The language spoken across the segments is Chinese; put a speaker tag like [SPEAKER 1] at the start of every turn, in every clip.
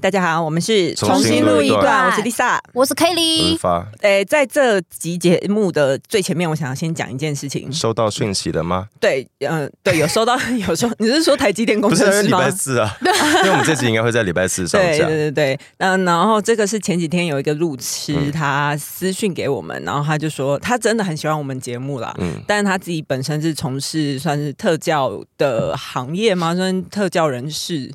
[SPEAKER 1] 大家好，我们是
[SPEAKER 2] 重新录一
[SPEAKER 1] 段
[SPEAKER 2] 段
[SPEAKER 1] 我是 Lisa。
[SPEAKER 3] 我是
[SPEAKER 2] 我是
[SPEAKER 3] Kelly，
[SPEAKER 2] 发
[SPEAKER 1] 诶，在这集节目的最前面，我想要先讲一件事情。
[SPEAKER 2] 收到讯息 了吗？
[SPEAKER 1] 对，嗯、对，有收到， 有收，你是说台积电公
[SPEAKER 2] 不
[SPEAKER 1] 司
[SPEAKER 2] 是，因为礼
[SPEAKER 1] 吗
[SPEAKER 2] 拜？四啊，因为我们这集应该会在礼拜四上
[SPEAKER 1] 对
[SPEAKER 2] 架
[SPEAKER 1] 对。对对，嗯，然后这个是前几天有一个路痴，
[SPEAKER 2] 嗯
[SPEAKER 1] 他私讯给我们，然后他就说他真的很喜欢我们节目啦，
[SPEAKER 2] 嗯，
[SPEAKER 1] 但是他自己本身是从事算是特教的行业 吗？算特教人士，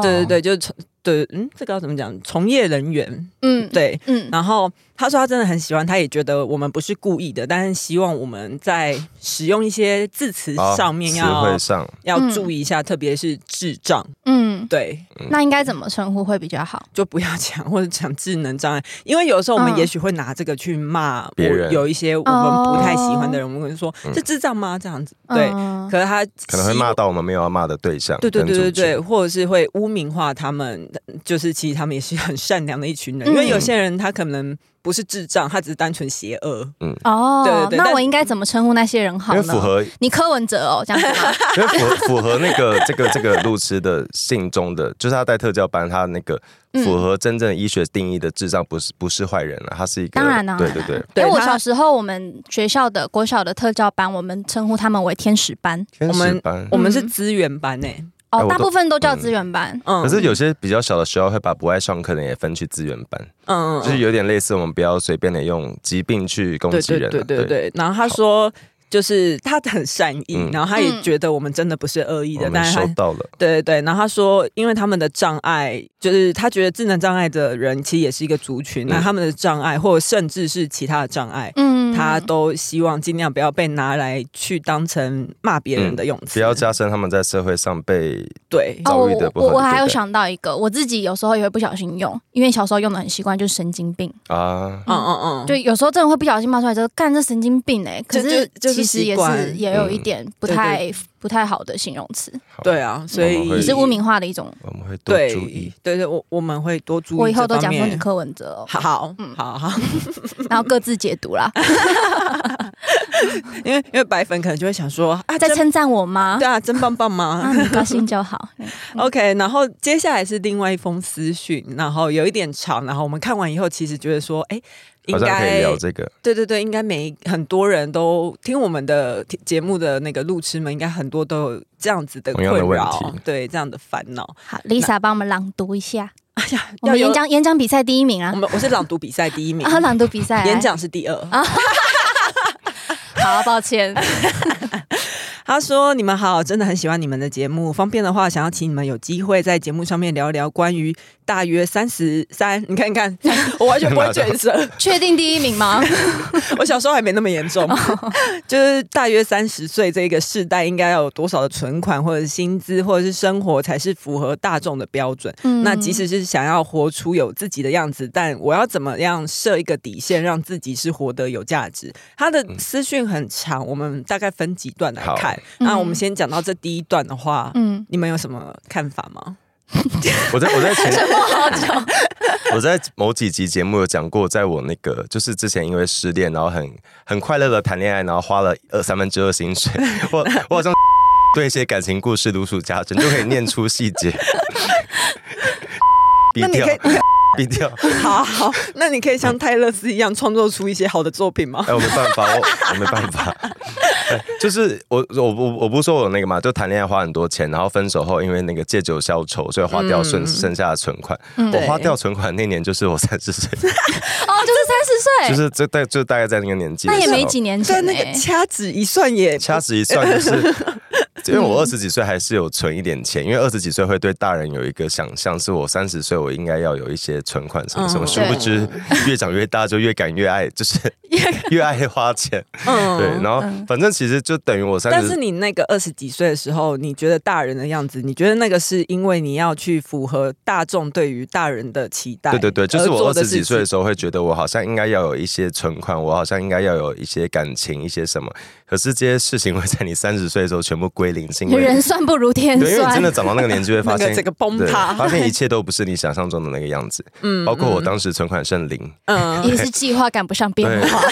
[SPEAKER 1] 嗯对对对，就是从对，嗯，这个要怎么讲？从业人员，
[SPEAKER 3] 嗯，
[SPEAKER 1] 对。
[SPEAKER 3] 嗯，
[SPEAKER 1] 然后他说他真的很喜欢，他也觉得我们不是故意的，但是希望我们在使用一些字词
[SPEAKER 2] 好
[SPEAKER 1] 上面
[SPEAKER 2] 啊词
[SPEAKER 1] 要
[SPEAKER 2] 汇上，
[SPEAKER 1] 要
[SPEAKER 3] 嗯
[SPEAKER 1] 注意一下，特别是智障，
[SPEAKER 3] 嗯，
[SPEAKER 1] 对，
[SPEAKER 3] 那应该怎么称呼会比较好？
[SPEAKER 1] 就不要讲或者讲智能障碍，因为有时候我们
[SPEAKER 3] 嗯
[SPEAKER 1] 也许会拿这个去骂
[SPEAKER 2] 别
[SPEAKER 1] 我
[SPEAKER 2] 人嗯
[SPEAKER 1] 有一些我们不太喜欢的人，我们可能说这智障吗？这样子，对。
[SPEAKER 3] 哦嗯
[SPEAKER 1] 可是他
[SPEAKER 2] 可能会骂到我们没有要骂的对象。
[SPEAKER 1] 对对对对
[SPEAKER 2] 跟族群
[SPEAKER 1] 对，，或者是会污名化他们，就是其实他们也是很善良的一群人，因为
[SPEAKER 3] 嗯
[SPEAKER 1] 有些人他可能不是智障，他只是单纯邪恶，
[SPEAKER 3] 哦，
[SPEAKER 1] 对对对
[SPEAKER 3] 那
[SPEAKER 1] 但
[SPEAKER 3] 我应该怎么称呼那些人好
[SPEAKER 2] 因为
[SPEAKER 3] 呢？
[SPEAKER 2] 符合，
[SPEAKER 3] 你柯文哲哦，这样子吗？
[SPEAKER 2] 因为符合符合那个这个这个路痴的信中的，就是他在特教班，他那个
[SPEAKER 3] 嗯
[SPEAKER 2] 符合真正医学定义的智障，不是不是坏人啊，他是一个，
[SPEAKER 3] 当然啦，
[SPEAKER 2] 对对对，
[SPEAKER 1] 对
[SPEAKER 3] 因为我
[SPEAKER 1] 他
[SPEAKER 3] 小时候，我们学校的国小的特教班，我们称呼他们为天使班
[SPEAKER 2] 天
[SPEAKER 1] 我们嗯
[SPEAKER 2] 使班。
[SPEAKER 1] 我们
[SPEAKER 3] 嗯
[SPEAKER 1] 是资源班欸呢、
[SPEAKER 2] 哎
[SPEAKER 3] 哦，
[SPEAKER 2] 我
[SPEAKER 3] 大
[SPEAKER 2] 都
[SPEAKER 3] 部分都叫资源班。
[SPEAKER 1] 嗯，
[SPEAKER 2] 可是有些比较小的学校会把不爱上课的人也分去资源班，
[SPEAKER 1] 嗯，嗯
[SPEAKER 2] 就是有点类似我们不要随便的用疾病去攻
[SPEAKER 1] 对
[SPEAKER 2] 击
[SPEAKER 1] 对
[SPEAKER 2] 人啊。
[SPEAKER 1] 对对对。然后他说，就是他很善意，
[SPEAKER 2] 嗯
[SPEAKER 1] 然后他也
[SPEAKER 3] 嗯
[SPEAKER 1] 觉得我们真的不是恶意的，
[SPEAKER 2] 我们
[SPEAKER 1] 但是
[SPEAKER 2] 收
[SPEAKER 1] 他
[SPEAKER 2] 到了，
[SPEAKER 1] 对对对，然后他说，因为他们的障碍，就是他觉得智能障碍的人其实也是一个族群，
[SPEAKER 2] 嗯
[SPEAKER 1] 那他们的障碍或者甚至是其他的障碍，
[SPEAKER 3] 嗯
[SPEAKER 1] 他都希望尽量不要被拿来去当成骂别人的用词，
[SPEAKER 2] 嗯不要加深他们在社会上被
[SPEAKER 1] 对。
[SPEAKER 3] 哦，
[SPEAKER 2] 遭遇
[SPEAKER 3] 我
[SPEAKER 2] 的部
[SPEAKER 3] 我
[SPEAKER 2] 分
[SPEAKER 3] 我还有
[SPEAKER 2] 对不对
[SPEAKER 3] 想到一个，我自己有时候也会不小心用，因为小时候用的很习惯，就是神经病。
[SPEAKER 2] 啊，
[SPEAKER 1] 嗯嗯嗯，
[SPEAKER 3] 就有时候真的会不小心冒出来，就是干这神经病哎、
[SPEAKER 1] 就
[SPEAKER 3] 可是
[SPEAKER 1] 就就是
[SPEAKER 3] 其实
[SPEAKER 1] 习
[SPEAKER 3] 也
[SPEAKER 1] 惯
[SPEAKER 3] 是也有一点不
[SPEAKER 1] 对
[SPEAKER 3] 太不太好的形容词，
[SPEAKER 1] 对啊，所以
[SPEAKER 2] 我们会
[SPEAKER 3] 也是污名化的一种。
[SPEAKER 2] 我们会多
[SPEAKER 1] 对
[SPEAKER 2] 注意。
[SPEAKER 1] 对对，我我们会多注意。
[SPEAKER 3] 我以后都讲说你柯文哲哦、
[SPEAKER 1] 好好
[SPEAKER 3] 嗯
[SPEAKER 1] 好好，
[SPEAKER 3] 然后各自解读啦，
[SPEAKER 1] 啊因为因为白粉可能就会想说啊，
[SPEAKER 3] 在
[SPEAKER 1] 真
[SPEAKER 3] 称赞我吗
[SPEAKER 1] 对？啊，真棒棒
[SPEAKER 3] 啊，
[SPEAKER 1] 嘛。
[SPEAKER 3] 你高兴 就好。
[SPEAKER 1] OK，然后接下来是另外一封私讯，然后有一点长，然后我们看完以后，其实觉得说，哎，应
[SPEAKER 2] 好像可以
[SPEAKER 1] 该
[SPEAKER 2] 聊这个，
[SPEAKER 1] 对对对，应该每很多人都听我们的节目的那个路痴们，应该很多都有这样子的
[SPEAKER 2] 同
[SPEAKER 1] 困
[SPEAKER 2] 样的问
[SPEAKER 1] 扰
[SPEAKER 2] 题，
[SPEAKER 1] 对这样的烦恼。
[SPEAKER 3] 好，Lisa 帮我们朗读一下，我
[SPEAKER 1] 要
[SPEAKER 3] 们
[SPEAKER 1] 有
[SPEAKER 3] 演，讲演讲比赛第一名啊
[SPEAKER 1] 我，们我是朗读比赛第一名，
[SPEAKER 3] 啊，朗读比赛、
[SPEAKER 1] 演，讲是第二。
[SPEAKER 3] 好，抱歉，
[SPEAKER 1] 他说：“你们好，真的很喜欢你们的节目。方便的话，想要请你们有机会在节目上面聊聊关于大约三十三，你看你看，我完全不会卷舌，
[SPEAKER 3] 确定第一名 吗？
[SPEAKER 1] 我小时候还没那么严重，
[SPEAKER 3] 哦
[SPEAKER 1] 就是大约三十岁这个世代，应该要有多少的存款或者是薪资或者是生活才是符合大众的标准？
[SPEAKER 3] 嗯
[SPEAKER 1] 那即使是想要活出有自己的样子，但我要怎么样设一个底线，让自己是活得有价值？他的私讯很长，我们大概分几段来看
[SPEAKER 2] 嗯好。
[SPEAKER 1] 那
[SPEAKER 3] 嗯
[SPEAKER 1] 我们先讲到这第一段的话，
[SPEAKER 3] 嗯，
[SPEAKER 1] 你们有什么看法吗？
[SPEAKER 2] 我在我 在前
[SPEAKER 3] 我好久，
[SPEAKER 2] 我在某几集节目有讲过，在我那个就是之前因为失恋，然后很很快乐的谈恋爱，然后花了二三分之二薪水， 我我好像对一些感情故事如数家珍，就可以念出细节，
[SPEAKER 1] 那
[SPEAKER 2] 逼
[SPEAKER 1] 你
[SPEAKER 2] 掉
[SPEAKER 1] 可以，
[SPEAKER 2] 逼掉，
[SPEAKER 1] 好好，那你可以
[SPEAKER 2] 嗯
[SPEAKER 1] 像泰勒斯一样创作出一些好的作品吗？
[SPEAKER 2] 哎，我没办法，我我没办法。哎就是我我我我不是说我那个嘛，就谈恋爱花很多钱，然后分手后因为那个借酒消愁，所以花掉剩、
[SPEAKER 1] 嗯
[SPEAKER 2] 剩下的存款。
[SPEAKER 3] 嗯
[SPEAKER 2] 我花掉存款那年就是我三十岁，
[SPEAKER 3] 哦，就是三
[SPEAKER 2] 就
[SPEAKER 3] 十岁，
[SPEAKER 2] 是这大就大概在那个年纪的
[SPEAKER 3] 那
[SPEAKER 2] 时候。
[SPEAKER 3] 也没几年
[SPEAKER 1] 对，
[SPEAKER 3] 前呢、欸
[SPEAKER 1] 那个掐指一算也
[SPEAKER 2] 掐指一算，就是因为我二十几岁还是有存一点钱，因为二十几岁会对大人有一个想象，是我三十岁我应该要有一些存款什么什么，
[SPEAKER 1] 嗯
[SPEAKER 2] 殊不知越长越大就越敢越爱，就是越爱花钱。
[SPEAKER 1] 嗯
[SPEAKER 2] 对，然后反正其实就等于我三
[SPEAKER 1] 但
[SPEAKER 2] 十
[SPEAKER 1] 是你那个二十几岁的时候，你觉得大人的样子，你觉得那个是因为你要去符合大众对于大人的期待？
[SPEAKER 2] 对对对，就是我二十几岁的
[SPEAKER 1] 时
[SPEAKER 2] 时候会觉得我好像应该要有一些存款，我好像应该要有一些感情，一些什么。可是这些事情会在你三十岁的时候全部归零， 是因为
[SPEAKER 3] 人算不如 天
[SPEAKER 2] 对，因为你
[SPEAKER 3] 算
[SPEAKER 2] 真，的长到那个年纪，会发
[SPEAKER 1] 那
[SPEAKER 2] 现
[SPEAKER 1] 个整个崩
[SPEAKER 2] 对
[SPEAKER 1] 塌
[SPEAKER 2] 发现一切都不是你想象中的那个样 子。嗯，包括我当时存款剩零，
[SPEAKER 1] 候，嗯，
[SPEAKER 3] 也是计划赶不上变化。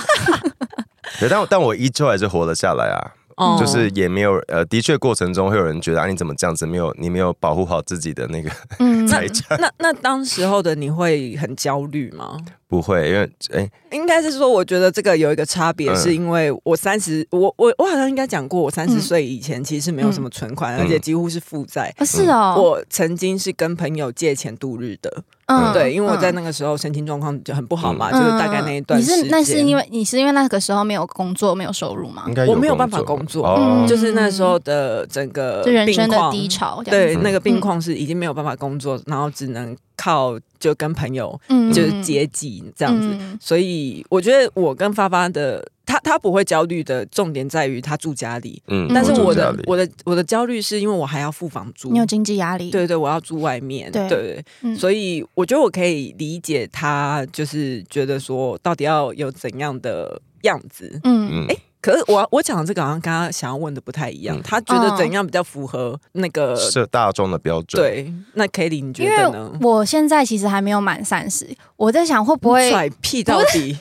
[SPEAKER 2] 对，但但我依旧还是活了下来啊。
[SPEAKER 1] 哦
[SPEAKER 2] 就是也没有呃，的确过程中会有人觉得啊，你怎么这样子？没有你没有保护好自己的那个
[SPEAKER 3] 嗯，
[SPEAKER 2] 财产，
[SPEAKER 1] 那那当时候的你会很焦虑吗？
[SPEAKER 2] 不会，因为哎、
[SPEAKER 1] 应该是说，我觉得这个有一个差别，
[SPEAKER 2] 嗯
[SPEAKER 1] 是因为我三十，我我我好像应该讲过，我三十岁以前其实没有什么存款，
[SPEAKER 2] 嗯
[SPEAKER 1] 而且几乎是负债。
[SPEAKER 3] 哦是哦，
[SPEAKER 1] 嗯我曾经是跟朋友借钱度日的，
[SPEAKER 3] 嗯
[SPEAKER 1] 对，因为我在
[SPEAKER 3] 嗯
[SPEAKER 1] 那个时候身心状况就很不好嘛，
[SPEAKER 3] 嗯
[SPEAKER 1] 就是大概那一段
[SPEAKER 3] 你
[SPEAKER 1] 时间。嗯
[SPEAKER 3] 是那是因为你是因为那个时候没有工作，没有收入吗
[SPEAKER 2] 应？该有
[SPEAKER 1] 我没有办法工作
[SPEAKER 2] 哦
[SPEAKER 3] 嗯
[SPEAKER 1] 就是那时候的整个
[SPEAKER 3] 就人生
[SPEAKER 1] 病
[SPEAKER 3] 的
[SPEAKER 1] 况
[SPEAKER 3] 低潮，这样
[SPEAKER 1] 对，
[SPEAKER 3] 子，
[SPEAKER 2] 嗯
[SPEAKER 1] 那个病况是已经没有办法工作，然后只能靠就跟朋友
[SPEAKER 3] 嗯
[SPEAKER 1] 就是接济这
[SPEAKER 3] 这
[SPEAKER 1] 样子。所以我觉得我跟发发的他他不会焦虑的重点在于他住家里，
[SPEAKER 2] 嗯
[SPEAKER 1] 但是
[SPEAKER 3] 嗯
[SPEAKER 1] 我
[SPEAKER 2] 住家
[SPEAKER 1] 的
[SPEAKER 2] 里
[SPEAKER 1] 我的我的焦虑是因为我还要付房租
[SPEAKER 3] 你，有经济压力，
[SPEAKER 1] 对对，我要住外面，
[SPEAKER 3] 对
[SPEAKER 1] 对对，
[SPEAKER 3] 嗯
[SPEAKER 1] 所以我觉得我可以理解他就是觉得说到底要有怎样的样子。
[SPEAKER 3] 嗯，
[SPEAKER 2] 嗯，
[SPEAKER 1] 可是我我讲的这个好像跟他想要问的不太一样，
[SPEAKER 2] 嗯
[SPEAKER 1] 他觉得怎样比较符合那个
[SPEAKER 2] 是大众的标准，，
[SPEAKER 1] 呃对，那 k e l l y 你觉
[SPEAKER 3] 因
[SPEAKER 1] 得
[SPEAKER 3] 为
[SPEAKER 1] 呢？
[SPEAKER 3] 我现在其实还没有满三十，我在想会不会
[SPEAKER 1] 甩屁到底，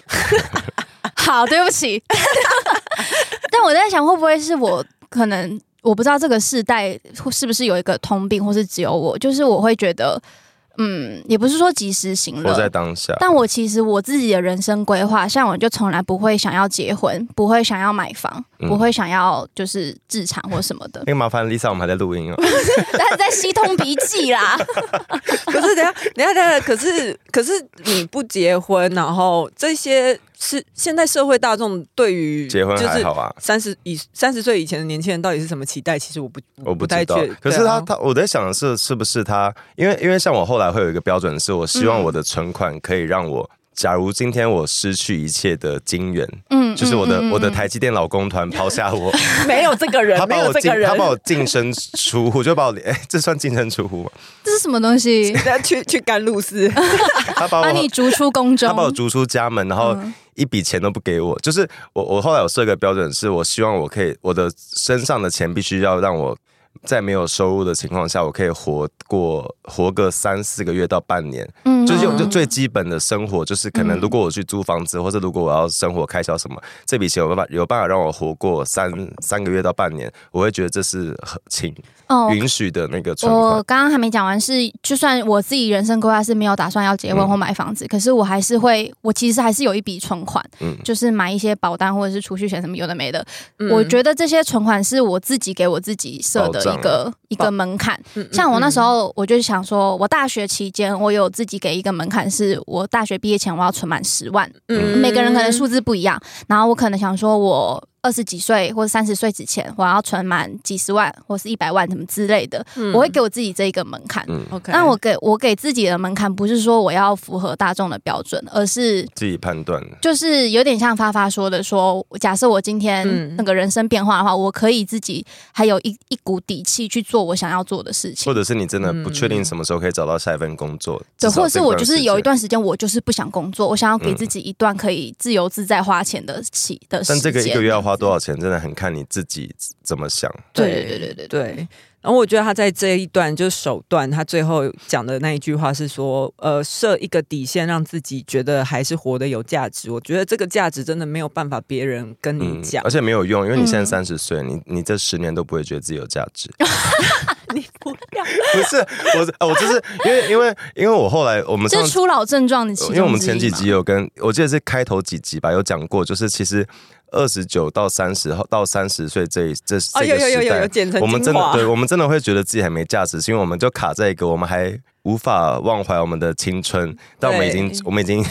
[SPEAKER 3] 好，对不起。 但我在想，会不会是我可能我不知道这个世代是不是有一个通病，或是只有我，就是我会觉得，嗯，也不是说及时行
[SPEAKER 2] 活在
[SPEAKER 3] 乐。
[SPEAKER 2] 当下，
[SPEAKER 3] 但我其实我自己的人生规划，像我就从来不会想要结婚，不会想要买房，
[SPEAKER 2] 嗯
[SPEAKER 3] 不会想要就是自产或什么的
[SPEAKER 2] 那，个麻烦 Lisa，我们还在录音哦，
[SPEAKER 1] 嗯
[SPEAKER 3] 但是在吸通鼻记啦。
[SPEAKER 1] 可是等一下，等一下，等一下，可是可是你不结婚，然后这些是现在社会大众对于
[SPEAKER 2] 结婚
[SPEAKER 1] 就
[SPEAKER 2] 还
[SPEAKER 1] 是
[SPEAKER 2] 好啊。
[SPEAKER 1] 三十以三十岁以前的年轻人到底是什么期待？其实嗯我不
[SPEAKER 2] 我不
[SPEAKER 1] 太
[SPEAKER 2] 知道
[SPEAKER 1] 确。，
[SPEAKER 2] 可是他、
[SPEAKER 1] 对啊
[SPEAKER 2] 他，我在想的是是不是他，因为因为像我后来会有一个标准，是我希望
[SPEAKER 3] 嗯
[SPEAKER 2] 我的存款可以让我，假如今天我失去一切的金源，
[SPEAKER 3] 嗯，
[SPEAKER 2] 就是我的、
[SPEAKER 3] 嗯嗯嗯
[SPEAKER 2] 我的台积电老公团抛下我，
[SPEAKER 1] 没有这个 人
[SPEAKER 2] 他，把
[SPEAKER 1] 没有
[SPEAKER 2] 我
[SPEAKER 1] 这
[SPEAKER 2] 净
[SPEAKER 1] 个人
[SPEAKER 2] 他，把我净身出户，就把我哎、这算净身出户吗？
[SPEAKER 3] 这是什么 东西？
[SPEAKER 1] 他去去甘露 寺，
[SPEAKER 3] 哦
[SPEAKER 2] 他
[SPEAKER 1] 啊
[SPEAKER 2] 把我
[SPEAKER 3] 把你逐出宫中嗯
[SPEAKER 2] 他把我逐出家门，然后一笔钱都不给我。就是我我后来有设个标准，是我希望我可以我的身上的钱必须要让我在没有收入的情况下，我可以活过活个三四个月到半年，
[SPEAKER 3] 嗯
[SPEAKER 2] 就是用就
[SPEAKER 3] 嗯
[SPEAKER 2] 最基本的生活，就是可能
[SPEAKER 3] 嗯
[SPEAKER 2] 如果我去租房子，或者如果我要生活开销什么，这笔钱有办法有办法让我活过三三个月到半年，我会觉得这是很请
[SPEAKER 3] 哦
[SPEAKER 2] 允许的那个存款
[SPEAKER 3] 我。刚刚还没讲完是，就算我自己人生规划是没有打算要结婚
[SPEAKER 2] 嗯
[SPEAKER 3] 或买房子，可是我还是会，我其实还是有一笔存款，
[SPEAKER 2] 嗯
[SPEAKER 3] 就是买一些保单或者是储蓄险什么有的没的。
[SPEAKER 1] 嗯
[SPEAKER 3] 我觉得这些存款是我自己给我自己设的一
[SPEAKER 2] 啊
[SPEAKER 3] 个一个门槛。
[SPEAKER 1] 嗯嗯
[SPEAKER 3] 像我那时
[SPEAKER 1] 嗯
[SPEAKER 3] 候，我就想说，我大学期间我有自己给一个门槛，是我大学毕业前我要存满十万，
[SPEAKER 2] 嗯
[SPEAKER 3] 每个人可能数字不一样。然后我可能想说，我二十几岁或者三十岁之前，我要存满几十万或是一百万什么之类的。
[SPEAKER 1] 嗯
[SPEAKER 3] 我会给我自己这一个门槛。
[SPEAKER 2] 嗯，
[SPEAKER 1] OK，
[SPEAKER 3] 那我给我给自己的门槛不是说我要符合大众的标准，而是
[SPEAKER 2] 自己判断。
[SPEAKER 3] 就是有点像发发说的说，假设我今天
[SPEAKER 1] 嗯
[SPEAKER 3] 那个人生变化的话，我可以自己还有一一股底气去做我想要做的事情
[SPEAKER 2] 或。者是你真的不确定
[SPEAKER 1] 嗯
[SPEAKER 2] 什么时候可以找到下一份工作，
[SPEAKER 3] 对，
[SPEAKER 2] 至少
[SPEAKER 3] 或者是我就是有一
[SPEAKER 2] 这
[SPEAKER 3] 段时间我就是不想工作，我想要给
[SPEAKER 2] 嗯
[SPEAKER 3] 自己一段可以自由自在花钱的起的时
[SPEAKER 2] 段时
[SPEAKER 3] 间。
[SPEAKER 2] 间，但这个一个月要花多少钱，真的很看你自己怎么想。
[SPEAKER 3] 对对对对对对
[SPEAKER 1] 对。然后我觉得他在这一段就是首段，他最后讲的那一句话是说，呃，设一个底线，让自己觉得还是活得有价值。我觉得这个价值真的没有办法别人跟你讲
[SPEAKER 2] 嗯而，且没有用，因为你现在
[SPEAKER 3] 嗯
[SPEAKER 2] 三十岁，你你这十年都不会觉得自己有价值。 呃
[SPEAKER 1] 你不要
[SPEAKER 2] 不是，我是啊我就是因为因为因为我后来我们
[SPEAKER 3] 这
[SPEAKER 2] 上呃
[SPEAKER 3] 是初老症状的其中
[SPEAKER 2] 因为我们
[SPEAKER 3] 之
[SPEAKER 2] 前
[SPEAKER 3] 一
[SPEAKER 2] 几
[SPEAKER 3] 嘛
[SPEAKER 2] 集有跟我记得是开头几集吧，有讲过，就是其实二十九到三十到三十岁这一这
[SPEAKER 1] 哦，
[SPEAKER 2] 这个
[SPEAKER 1] 有有有
[SPEAKER 2] 时
[SPEAKER 1] 有
[SPEAKER 2] 代
[SPEAKER 1] 有剪成
[SPEAKER 2] 我们真
[SPEAKER 1] 精
[SPEAKER 2] 的
[SPEAKER 1] 华
[SPEAKER 2] 对我们真的会觉得自己还没价值，是因为我们就卡在一个我们还无法忘怀我们的青春，但我们已经
[SPEAKER 1] 对
[SPEAKER 2] 我们已经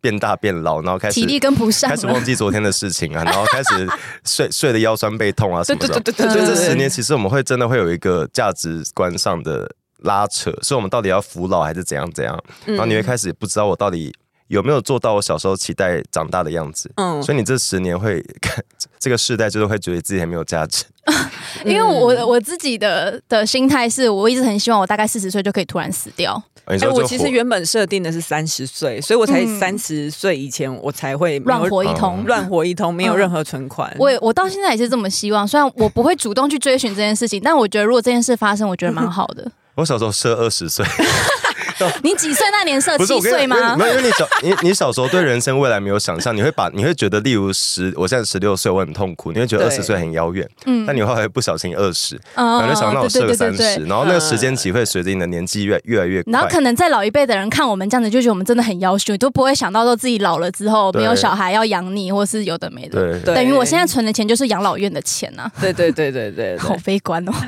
[SPEAKER 2] 变大变老，然后开
[SPEAKER 3] 体力
[SPEAKER 2] 始。
[SPEAKER 3] 跟不上
[SPEAKER 2] 开始
[SPEAKER 3] 了
[SPEAKER 2] 忘。记昨天的事情 啊，然后开始睡睡的腰酸背痛啊什
[SPEAKER 1] 对
[SPEAKER 2] 么的
[SPEAKER 1] 对。对对对
[SPEAKER 3] 嗯
[SPEAKER 2] 所以
[SPEAKER 1] 对，
[SPEAKER 2] 这
[SPEAKER 1] 对
[SPEAKER 2] 十年，其实我们会真的会有一个价值观上的拉扯，所以我们到底要服老还是怎样怎样？
[SPEAKER 1] 嗯
[SPEAKER 2] 然后你会开始不知道我到底有没有做到我小时候期待长大的样子。
[SPEAKER 1] 嗯
[SPEAKER 2] 所以你这十年会 这个世代就是会觉得自己还没有价值。
[SPEAKER 3] 因为我我自己的的心态是我一直很希望我大概四十岁就可以突然死掉。
[SPEAKER 2] 啊你
[SPEAKER 1] 哎、
[SPEAKER 2] 说
[SPEAKER 1] 我
[SPEAKER 2] 就
[SPEAKER 1] 其实
[SPEAKER 2] 活
[SPEAKER 1] 原本设定的是三十岁，所以我才
[SPEAKER 3] 嗯
[SPEAKER 1] 三十岁以前我才会没有
[SPEAKER 3] 乱活一
[SPEAKER 2] 哦
[SPEAKER 3] 通。
[SPEAKER 1] 乱活一通，没有任何存款。
[SPEAKER 3] 我也我到现在也是这么希望，虽然我不会主动去 追寻这件事情，但我觉得如果这件事发生，我觉得蛮好的。
[SPEAKER 2] 我小时候设二十岁，
[SPEAKER 3] 你几岁 那年设
[SPEAKER 2] 不是
[SPEAKER 3] 七
[SPEAKER 2] 我跟
[SPEAKER 3] 岁
[SPEAKER 2] 你
[SPEAKER 3] 吗
[SPEAKER 2] 没？有，因为你小 你你小时候对人生未来没有想象，你会把你会觉得，例如十，我现在十六岁，我很痛苦，你会觉得二
[SPEAKER 1] 对
[SPEAKER 2] 十岁很遥远，
[SPEAKER 3] 嗯
[SPEAKER 2] 但你后来不小心二十，然
[SPEAKER 3] 嗯
[SPEAKER 2] 后就想，那我设个三十，。然后那个
[SPEAKER 1] 嗯
[SPEAKER 2] 时间期会随着你的年纪越越来越
[SPEAKER 3] 然后
[SPEAKER 2] 快。
[SPEAKER 3] 可能在老一辈的人看我们这样子，就觉得我们真的很要求，都不会想到说自己老了之后
[SPEAKER 2] 对
[SPEAKER 3] 没有小孩要养你，或是有的没的。
[SPEAKER 2] 对，
[SPEAKER 1] 对
[SPEAKER 3] 等于我现在存的钱就是养老院的钱啊，
[SPEAKER 1] 对对对对对
[SPEAKER 3] 好
[SPEAKER 1] 对。
[SPEAKER 3] 悲观哦。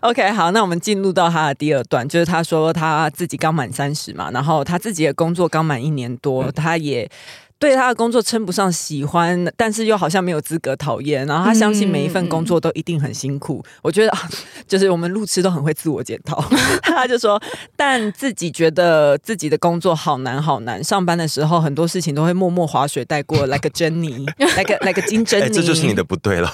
[SPEAKER 1] OK，好，那我们进入到他的第二段，就是他说他自己刚满三十嘛，然后他自己的工作刚满一年多，
[SPEAKER 2] 嗯
[SPEAKER 1] 他也。对他的工作称不上喜欢，但是又好像没有资格讨厌。然后他相信每一份
[SPEAKER 2] 嗯
[SPEAKER 1] 工作都一定很辛苦。我觉得啊，就是我们路痴都很会自我检 讨。他就说，但自己觉得自己的工作好难好难，上班的时候很多事情都会默默划水带过，like a Jenny，like a like a 金珍妮、
[SPEAKER 2] 哎，这就是你的不 对了，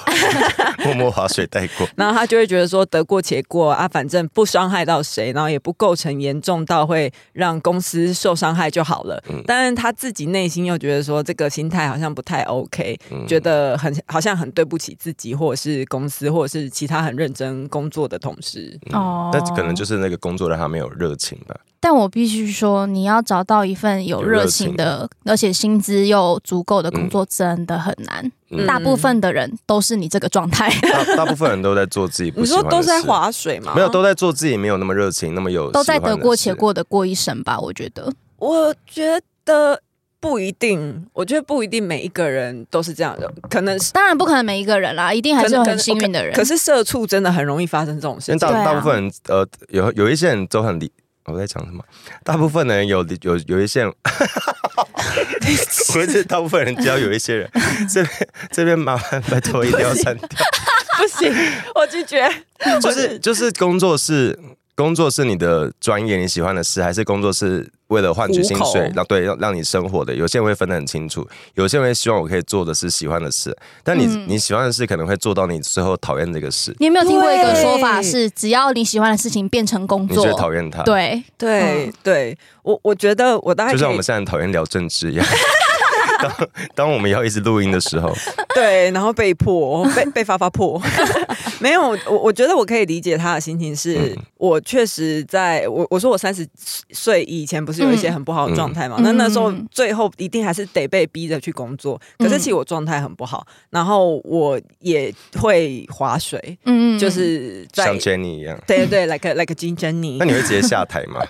[SPEAKER 2] 默默划水带过。
[SPEAKER 1] 然后他就会觉得说得过且过啊，反正不伤害到谁，然后也不构成严重到会让公司受伤害就好了。
[SPEAKER 2] 嗯
[SPEAKER 1] 但是他自己内心又觉得说这个心态好像不太 OK，、
[SPEAKER 2] 嗯
[SPEAKER 1] 觉得很好像很对不起自己，或者是公司，或者是其他很认真工作的同事。
[SPEAKER 2] 嗯
[SPEAKER 3] 哦
[SPEAKER 2] 那可能就是那个工作让他没有热情吧。
[SPEAKER 3] 但我必须说，你要找到一份有热情的，而且薪资又足够的工作，真的很难。
[SPEAKER 2] 嗯
[SPEAKER 3] 大部分的人都是你这个状态，
[SPEAKER 2] 大大部分人都在做自己不
[SPEAKER 1] 你
[SPEAKER 2] 喜欢
[SPEAKER 1] 说
[SPEAKER 2] 的事，
[SPEAKER 1] 都是在划水吗？
[SPEAKER 2] 没有都在做自己没有那么热情，那么有
[SPEAKER 3] 都在
[SPEAKER 2] 喜欢
[SPEAKER 3] 得
[SPEAKER 2] 的
[SPEAKER 3] 过且
[SPEAKER 2] 事。
[SPEAKER 3] 过的过一生吧。我觉得，
[SPEAKER 1] 我觉得不一定，我觉得不一定每一个人都是这样的，可能是。
[SPEAKER 3] 当然不可能每一个人啦，一定还是有
[SPEAKER 1] 可
[SPEAKER 3] 很
[SPEAKER 1] 能
[SPEAKER 3] 幸运的人
[SPEAKER 1] 可。是社畜真的很容易发生这种
[SPEAKER 2] 因
[SPEAKER 1] 事
[SPEAKER 2] 为
[SPEAKER 1] 情
[SPEAKER 2] 大
[SPEAKER 3] 对啊
[SPEAKER 2] 大部分人呃有有一些人都很理，我在讲什么？大部分的人有有有一些人， 我是大部分人只要有一些人，这边这边麻烦拜托一定要删掉，
[SPEAKER 1] 不行，我拒绝。
[SPEAKER 2] 就是就是工作是。工作是你的专业，你喜欢的事，还是工作是为了换取薪
[SPEAKER 1] 糊
[SPEAKER 2] 水
[SPEAKER 1] 口，
[SPEAKER 2] 让对让让你生活的？有些人会分得很清楚，有些人会希望我可以做的是喜欢的事，但你、
[SPEAKER 3] 嗯
[SPEAKER 2] 你喜欢的事可能会做到你最后讨厌这个事，
[SPEAKER 3] 你有没有听过一个说法
[SPEAKER 1] 对
[SPEAKER 3] 是，只要你喜欢的事情变成工
[SPEAKER 2] 你就会
[SPEAKER 3] 作，
[SPEAKER 2] 讨厌它。，
[SPEAKER 3] 对，
[SPEAKER 1] 对、
[SPEAKER 3] 嗯
[SPEAKER 1] 对，我我觉得我大概
[SPEAKER 2] 就像
[SPEAKER 1] 可
[SPEAKER 2] 我
[SPEAKER 1] 以
[SPEAKER 2] 们现在很讨厌聊政治 一样。当当我们要一直录音的时候，
[SPEAKER 1] 对，然后被迫被被发发 破，没有我我觉得我可以理解他的心情是，
[SPEAKER 2] 嗯
[SPEAKER 1] 我确实在我我说我三十岁以前不是有一些很不好的状态嘛，
[SPEAKER 3] 嗯
[SPEAKER 1] 那那时候
[SPEAKER 3] 嗯
[SPEAKER 1] 最后一定还是得被逼着去工作，可是其
[SPEAKER 2] 嗯
[SPEAKER 1] 实我状态很不好，然后我也会划水，
[SPEAKER 3] 嗯
[SPEAKER 1] 就是在
[SPEAKER 2] 像 Jenny 一样。
[SPEAKER 1] 对对对，like a- like 金珍妮
[SPEAKER 2] 那，你会直接下台吗？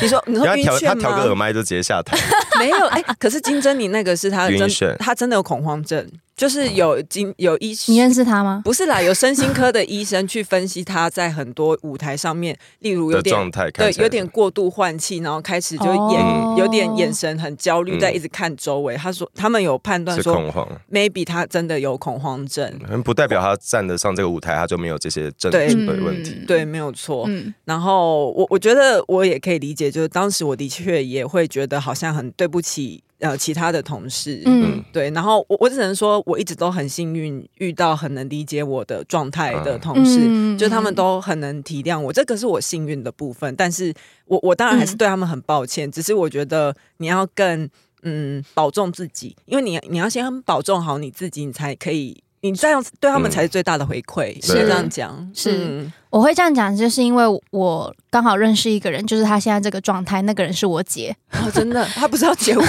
[SPEAKER 1] 你说 你
[SPEAKER 2] 然
[SPEAKER 1] 说
[SPEAKER 2] 后
[SPEAKER 1] 晕
[SPEAKER 2] 调他
[SPEAKER 1] 眩
[SPEAKER 2] 调个耳
[SPEAKER 1] 吗？
[SPEAKER 2] 麦就直接下台，
[SPEAKER 1] 没有哎、可是金珍妮那个是她
[SPEAKER 2] 晕
[SPEAKER 1] 真
[SPEAKER 2] 眩
[SPEAKER 1] 她真的有恐慌症，就是有金有医
[SPEAKER 3] 你认识他吗？
[SPEAKER 1] 不是啦，有身心科的医生去分析他在很多舞台上面，例如 有
[SPEAKER 2] 的
[SPEAKER 1] 点
[SPEAKER 2] 状态看
[SPEAKER 1] 对
[SPEAKER 2] 起来
[SPEAKER 1] 有点过度换气，然后开始就眼、
[SPEAKER 2] 哦
[SPEAKER 1] 有点眼神很焦虑，
[SPEAKER 2] 嗯
[SPEAKER 1] 在一直看周围。他说他们有判断
[SPEAKER 2] 是
[SPEAKER 1] 说
[SPEAKER 2] 恐嗯慌，
[SPEAKER 1] ，maybe 他真的有恐慌症。
[SPEAKER 2] 不代表他站得上这个舞台，他就没有这些症
[SPEAKER 1] 对
[SPEAKER 2] 状的问题。
[SPEAKER 3] 嗯
[SPEAKER 1] 对，没有错。
[SPEAKER 3] 嗯，
[SPEAKER 1] 然后我我觉得我也可以理解，就是当时我的确也会觉得好像很对不起呃其他的同事，
[SPEAKER 3] 嗯
[SPEAKER 1] 对。然后我我只能说我一直都很幸运遇到很能理解我的状态的
[SPEAKER 2] 嗯
[SPEAKER 1] 同事，
[SPEAKER 3] 嗯
[SPEAKER 1] 就他们都很能体谅我，这个是我幸运的部分。但是我我当然还是
[SPEAKER 3] 嗯
[SPEAKER 1] 对他们很抱歉，只是我觉得你要更嗯保重自己，因为你你要先保重好你自己，你才可以，你这样子对他们
[SPEAKER 2] 嗯
[SPEAKER 1] 才是最大的回馈，
[SPEAKER 2] 是
[SPEAKER 1] 是这样讲，
[SPEAKER 3] 是
[SPEAKER 1] 嗯
[SPEAKER 3] 我会这样讲，就是因为我刚好认识一个人，就是他现在这个状态，那个人是我姐。
[SPEAKER 1] 哦，真的，他不是要结 婚，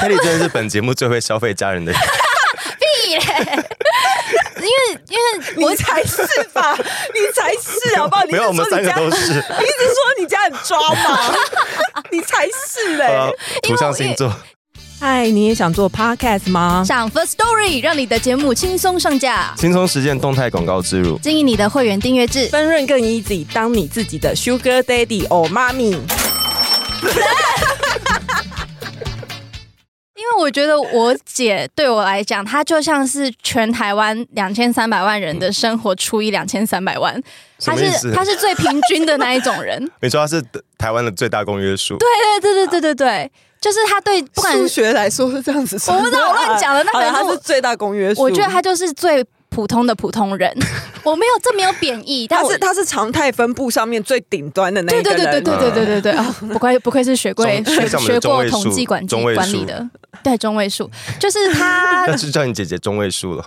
[SPEAKER 2] Kelly 真的是本节目最会消费家人的人，
[SPEAKER 1] 你才是吧？你才是好不好？你一
[SPEAKER 2] 没
[SPEAKER 1] 直
[SPEAKER 2] 有，
[SPEAKER 1] 说
[SPEAKER 2] 我们三
[SPEAKER 1] 你
[SPEAKER 2] 个
[SPEAKER 1] 家，
[SPEAKER 2] 都
[SPEAKER 1] 你
[SPEAKER 2] 是。
[SPEAKER 1] 一直说你家很抓嘛， 你才是嘞、
[SPEAKER 2] 呃，图像星座，
[SPEAKER 1] 嗨，你也想做 podcast 吗？
[SPEAKER 3] 上 First Story 让你的节目轻松上架，
[SPEAKER 2] 轻松实践动态广告植入。
[SPEAKER 3] 经营你的会员订阅制。
[SPEAKER 1] 分润更 easy，当你自己的 sugar daddy or 妈咪。
[SPEAKER 3] 因为我觉得我姐对我来讲，她就像是全台湾两千三百万人的生活除以两千三百万，
[SPEAKER 2] 什
[SPEAKER 3] 她
[SPEAKER 2] 么意思
[SPEAKER 3] 是她是最平均的那一种人。
[SPEAKER 2] 你说他是台湾的最大公约数，对，
[SPEAKER 3] 对对对对对对，就是她对不管
[SPEAKER 1] 数学来说是这样子算
[SPEAKER 3] 我
[SPEAKER 1] 的，
[SPEAKER 3] 不知道我乱讲的那可能是
[SPEAKER 1] 好啊啦它
[SPEAKER 3] 我
[SPEAKER 1] 是最大公约数。
[SPEAKER 3] 我觉得她就是最普通的普通人。我没有这没有贬义，但
[SPEAKER 1] 它
[SPEAKER 3] 我
[SPEAKER 1] 是它是常态分布上面最顶端的那
[SPEAKER 3] 对
[SPEAKER 1] 一个
[SPEAKER 3] 对
[SPEAKER 1] 人。
[SPEAKER 3] 对对对对对对对啊！不愧不愧是学过
[SPEAKER 2] 中
[SPEAKER 3] 学
[SPEAKER 2] 像我们的
[SPEAKER 3] 学
[SPEAKER 2] 中
[SPEAKER 3] 过
[SPEAKER 2] 位数
[SPEAKER 3] 统计管计
[SPEAKER 2] 中位数
[SPEAKER 3] 管理的，对中位数就是她
[SPEAKER 1] 啊
[SPEAKER 2] 那就叫你姐姐中位数了。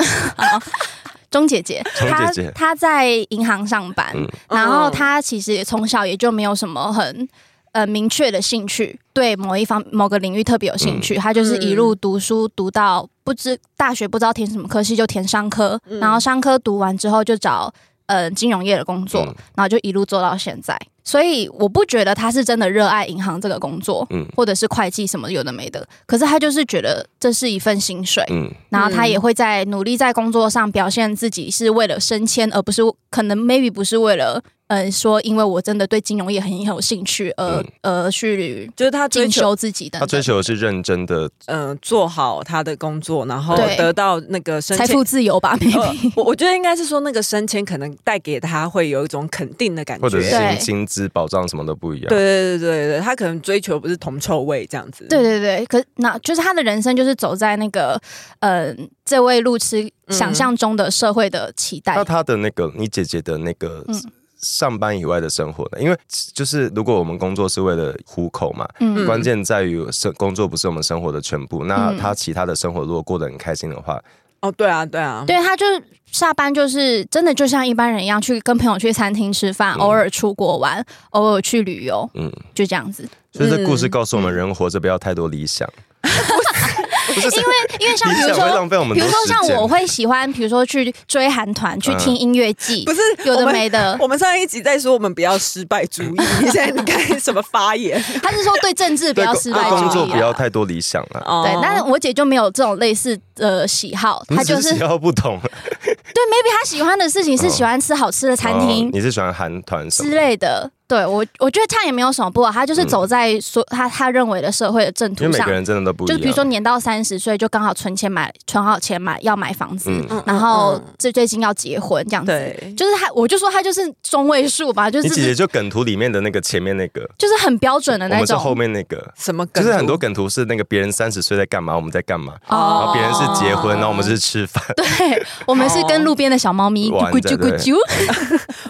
[SPEAKER 3] 钟姐姐，
[SPEAKER 2] 钟
[SPEAKER 3] 她
[SPEAKER 2] 姐姐
[SPEAKER 3] 她在银行上班，
[SPEAKER 2] 嗯
[SPEAKER 3] 然后她其实也从小也就没有什么很。呃明确的兴趣，对某一方某个领域特别有兴
[SPEAKER 2] 嗯
[SPEAKER 3] 趣，他就是一路读书读到不知大学不知道填什么科系就填商科，
[SPEAKER 1] 嗯
[SPEAKER 3] 然后商科读完之后就找呃金融业的工作，
[SPEAKER 2] 嗯
[SPEAKER 3] 然后就一路做到现在。所以我不觉得他是真的热爱银行这个工作，
[SPEAKER 2] 嗯
[SPEAKER 3] 或者是会计什么有的没的，可是他就是觉得这是一份薪水，
[SPEAKER 2] 嗯
[SPEAKER 3] 然后他也会在努力在工作上表现自己是为了升迁，而不是可能 maybe 不是为了呃说因为我真的对金融业很有兴趣而、而去
[SPEAKER 1] 就是他追
[SPEAKER 3] 进
[SPEAKER 1] 求
[SPEAKER 3] 修自己
[SPEAKER 1] 哎
[SPEAKER 3] 的
[SPEAKER 2] 他嗯追求的是认真的，
[SPEAKER 1] 嗯、呃做好他的工作，然后
[SPEAKER 3] 对
[SPEAKER 1] 得到那个升
[SPEAKER 3] 财
[SPEAKER 1] 迁。
[SPEAKER 3] 富自由
[SPEAKER 2] 嗯
[SPEAKER 3] 吧
[SPEAKER 1] 呃
[SPEAKER 3] ，maybe、
[SPEAKER 1] 我我觉得应该是说那个升迁可能带给他会有一种肯定的感
[SPEAKER 2] 或
[SPEAKER 1] 觉，
[SPEAKER 2] 者
[SPEAKER 1] 对
[SPEAKER 2] 是
[SPEAKER 1] 对
[SPEAKER 3] 对
[SPEAKER 2] 薪薪资保障什么的不一样。
[SPEAKER 1] 对对对对，他可能追求不是铜臭味这样子，
[SPEAKER 3] 对对对，可那就是他的人生就是走在那个呃这位路痴想象中的社会的期待。
[SPEAKER 2] 那他的那个，你姐姐的那个
[SPEAKER 3] 嗯
[SPEAKER 2] 上班以外的生活呢？因为就是如果我们工作是为了糊口嘛，
[SPEAKER 3] 嗯
[SPEAKER 2] 关键在于生工作不是我们生活的全部。那
[SPEAKER 3] 嗯
[SPEAKER 2] 他其他的生活如果过得很开心的话，
[SPEAKER 1] 哦，对啊对啊，
[SPEAKER 3] 对，他就是下班就是真的就像一般人一样，去跟朋友去餐厅吃饭，
[SPEAKER 2] 嗯
[SPEAKER 3] 偶尔出国玩，偶尔去旅游，
[SPEAKER 2] 嗯，
[SPEAKER 3] 就这样子。
[SPEAKER 2] 所以这故事
[SPEAKER 1] 嗯
[SPEAKER 2] 告诉我们，人活着不要太多理想，
[SPEAKER 3] 因为因为嗯像
[SPEAKER 2] 理
[SPEAKER 3] 比如
[SPEAKER 2] 想会
[SPEAKER 3] 说，
[SPEAKER 2] 浪费我们
[SPEAKER 3] 比
[SPEAKER 2] 很
[SPEAKER 3] 如
[SPEAKER 2] 多
[SPEAKER 3] 说
[SPEAKER 2] 时
[SPEAKER 3] 像
[SPEAKER 2] 间。
[SPEAKER 3] 我会喜欢，比如说去追韩团，去听音乐季
[SPEAKER 2] 嗯
[SPEAKER 1] 不，是
[SPEAKER 3] 有
[SPEAKER 1] 我
[SPEAKER 3] 的
[SPEAKER 1] 们
[SPEAKER 3] 没的。
[SPEAKER 1] 我们上一集在说我们不要失败主义，你现在你看什么发言？
[SPEAKER 3] 他是说对政治不
[SPEAKER 2] 对
[SPEAKER 3] 要
[SPEAKER 2] 工
[SPEAKER 3] 失败
[SPEAKER 2] 对工作
[SPEAKER 3] 主
[SPEAKER 2] 不
[SPEAKER 3] 义
[SPEAKER 2] 要
[SPEAKER 3] 啊。
[SPEAKER 2] 太多理想了。
[SPEAKER 1] 哦
[SPEAKER 3] 对，但是我姐就没有这种类似的喜好，
[SPEAKER 2] 你
[SPEAKER 3] 她
[SPEAKER 2] 只
[SPEAKER 3] 就是是
[SPEAKER 2] 哦喜好不同，
[SPEAKER 3] 对，maybe 她喜欢的事情是
[SPEAKER 2] 哦
[SPEAKER 3] 喜欢吃好吃的餐
[SPEAKER 2] 哦
[SPEAKER 3] 厅
[SPEAKER 2] 你是喜欢韩团什么
[SPEAKER 3] 之
[SPEAKER 2] 的？
[SPEAKER 3] 类的。对我，我觉得这样也没有什么不好，她就是
[SPEAKER 2] 嗯
[SPEAKER 3] 走在所她她认为的社会的正
[SPEAKER 2] 因
[SPEAKER 3] 途
[SPEAKER 2] 为每
[SPEAKER 3] 上
[SPEAKER 2] 个，人真的都不一
[SPEAKER 3] 就
[SPEAKER 2] 样。
[SPEAKER 3] 是比如说，年到三十岁就刚好存钱买，存好钱买要买房子，
[SPEAKER 2] 嗯，
[SPEAKER 1] 嗯
[SPEAKER 3] 然后最最近要结婚这样子。
[SPEAKER 1] 对，
[SPEAKER 3] 就是他，我就说他就是中位数吧，就
[SPEAKER 2] 你姐姐
[SPEAKER 3] 是
[SPEAKER 2] 就梗图里面的那个前面那个，
[SPEAKER 3] 就是很标准的
[SPEAKER 2] 我
[SPEAKER 3] 那
[SPEAKER 2] 们是后
[SPEAKER 3] 种。
[SPEAKER 2] 面那个，
[SPEAKER 1] 什么
[SPEAKER 2] 就
[SPEAKER 1] 梗
[SPEAKER 2] 是很
[SPEAKER 1] 图
[SPEAKER 2] 多梗图是那个别人三十岁在干嘛，
[SPEAKER 3] 哦
[SPEAKER 2] 我们在干嘛，然
[SPEAKER 1] 哦
[SPEAKER 2] 后别人是结婚，
[SPEAKER 1] 哦
[SPEAKER 2] 然后我们是吃饭。
[SPEAKER 3] 对，我们是跟路边的小猫咪
[SPEAKER 2] 哦玩
[SPEAKER 3] 咕咕啾咕 啾。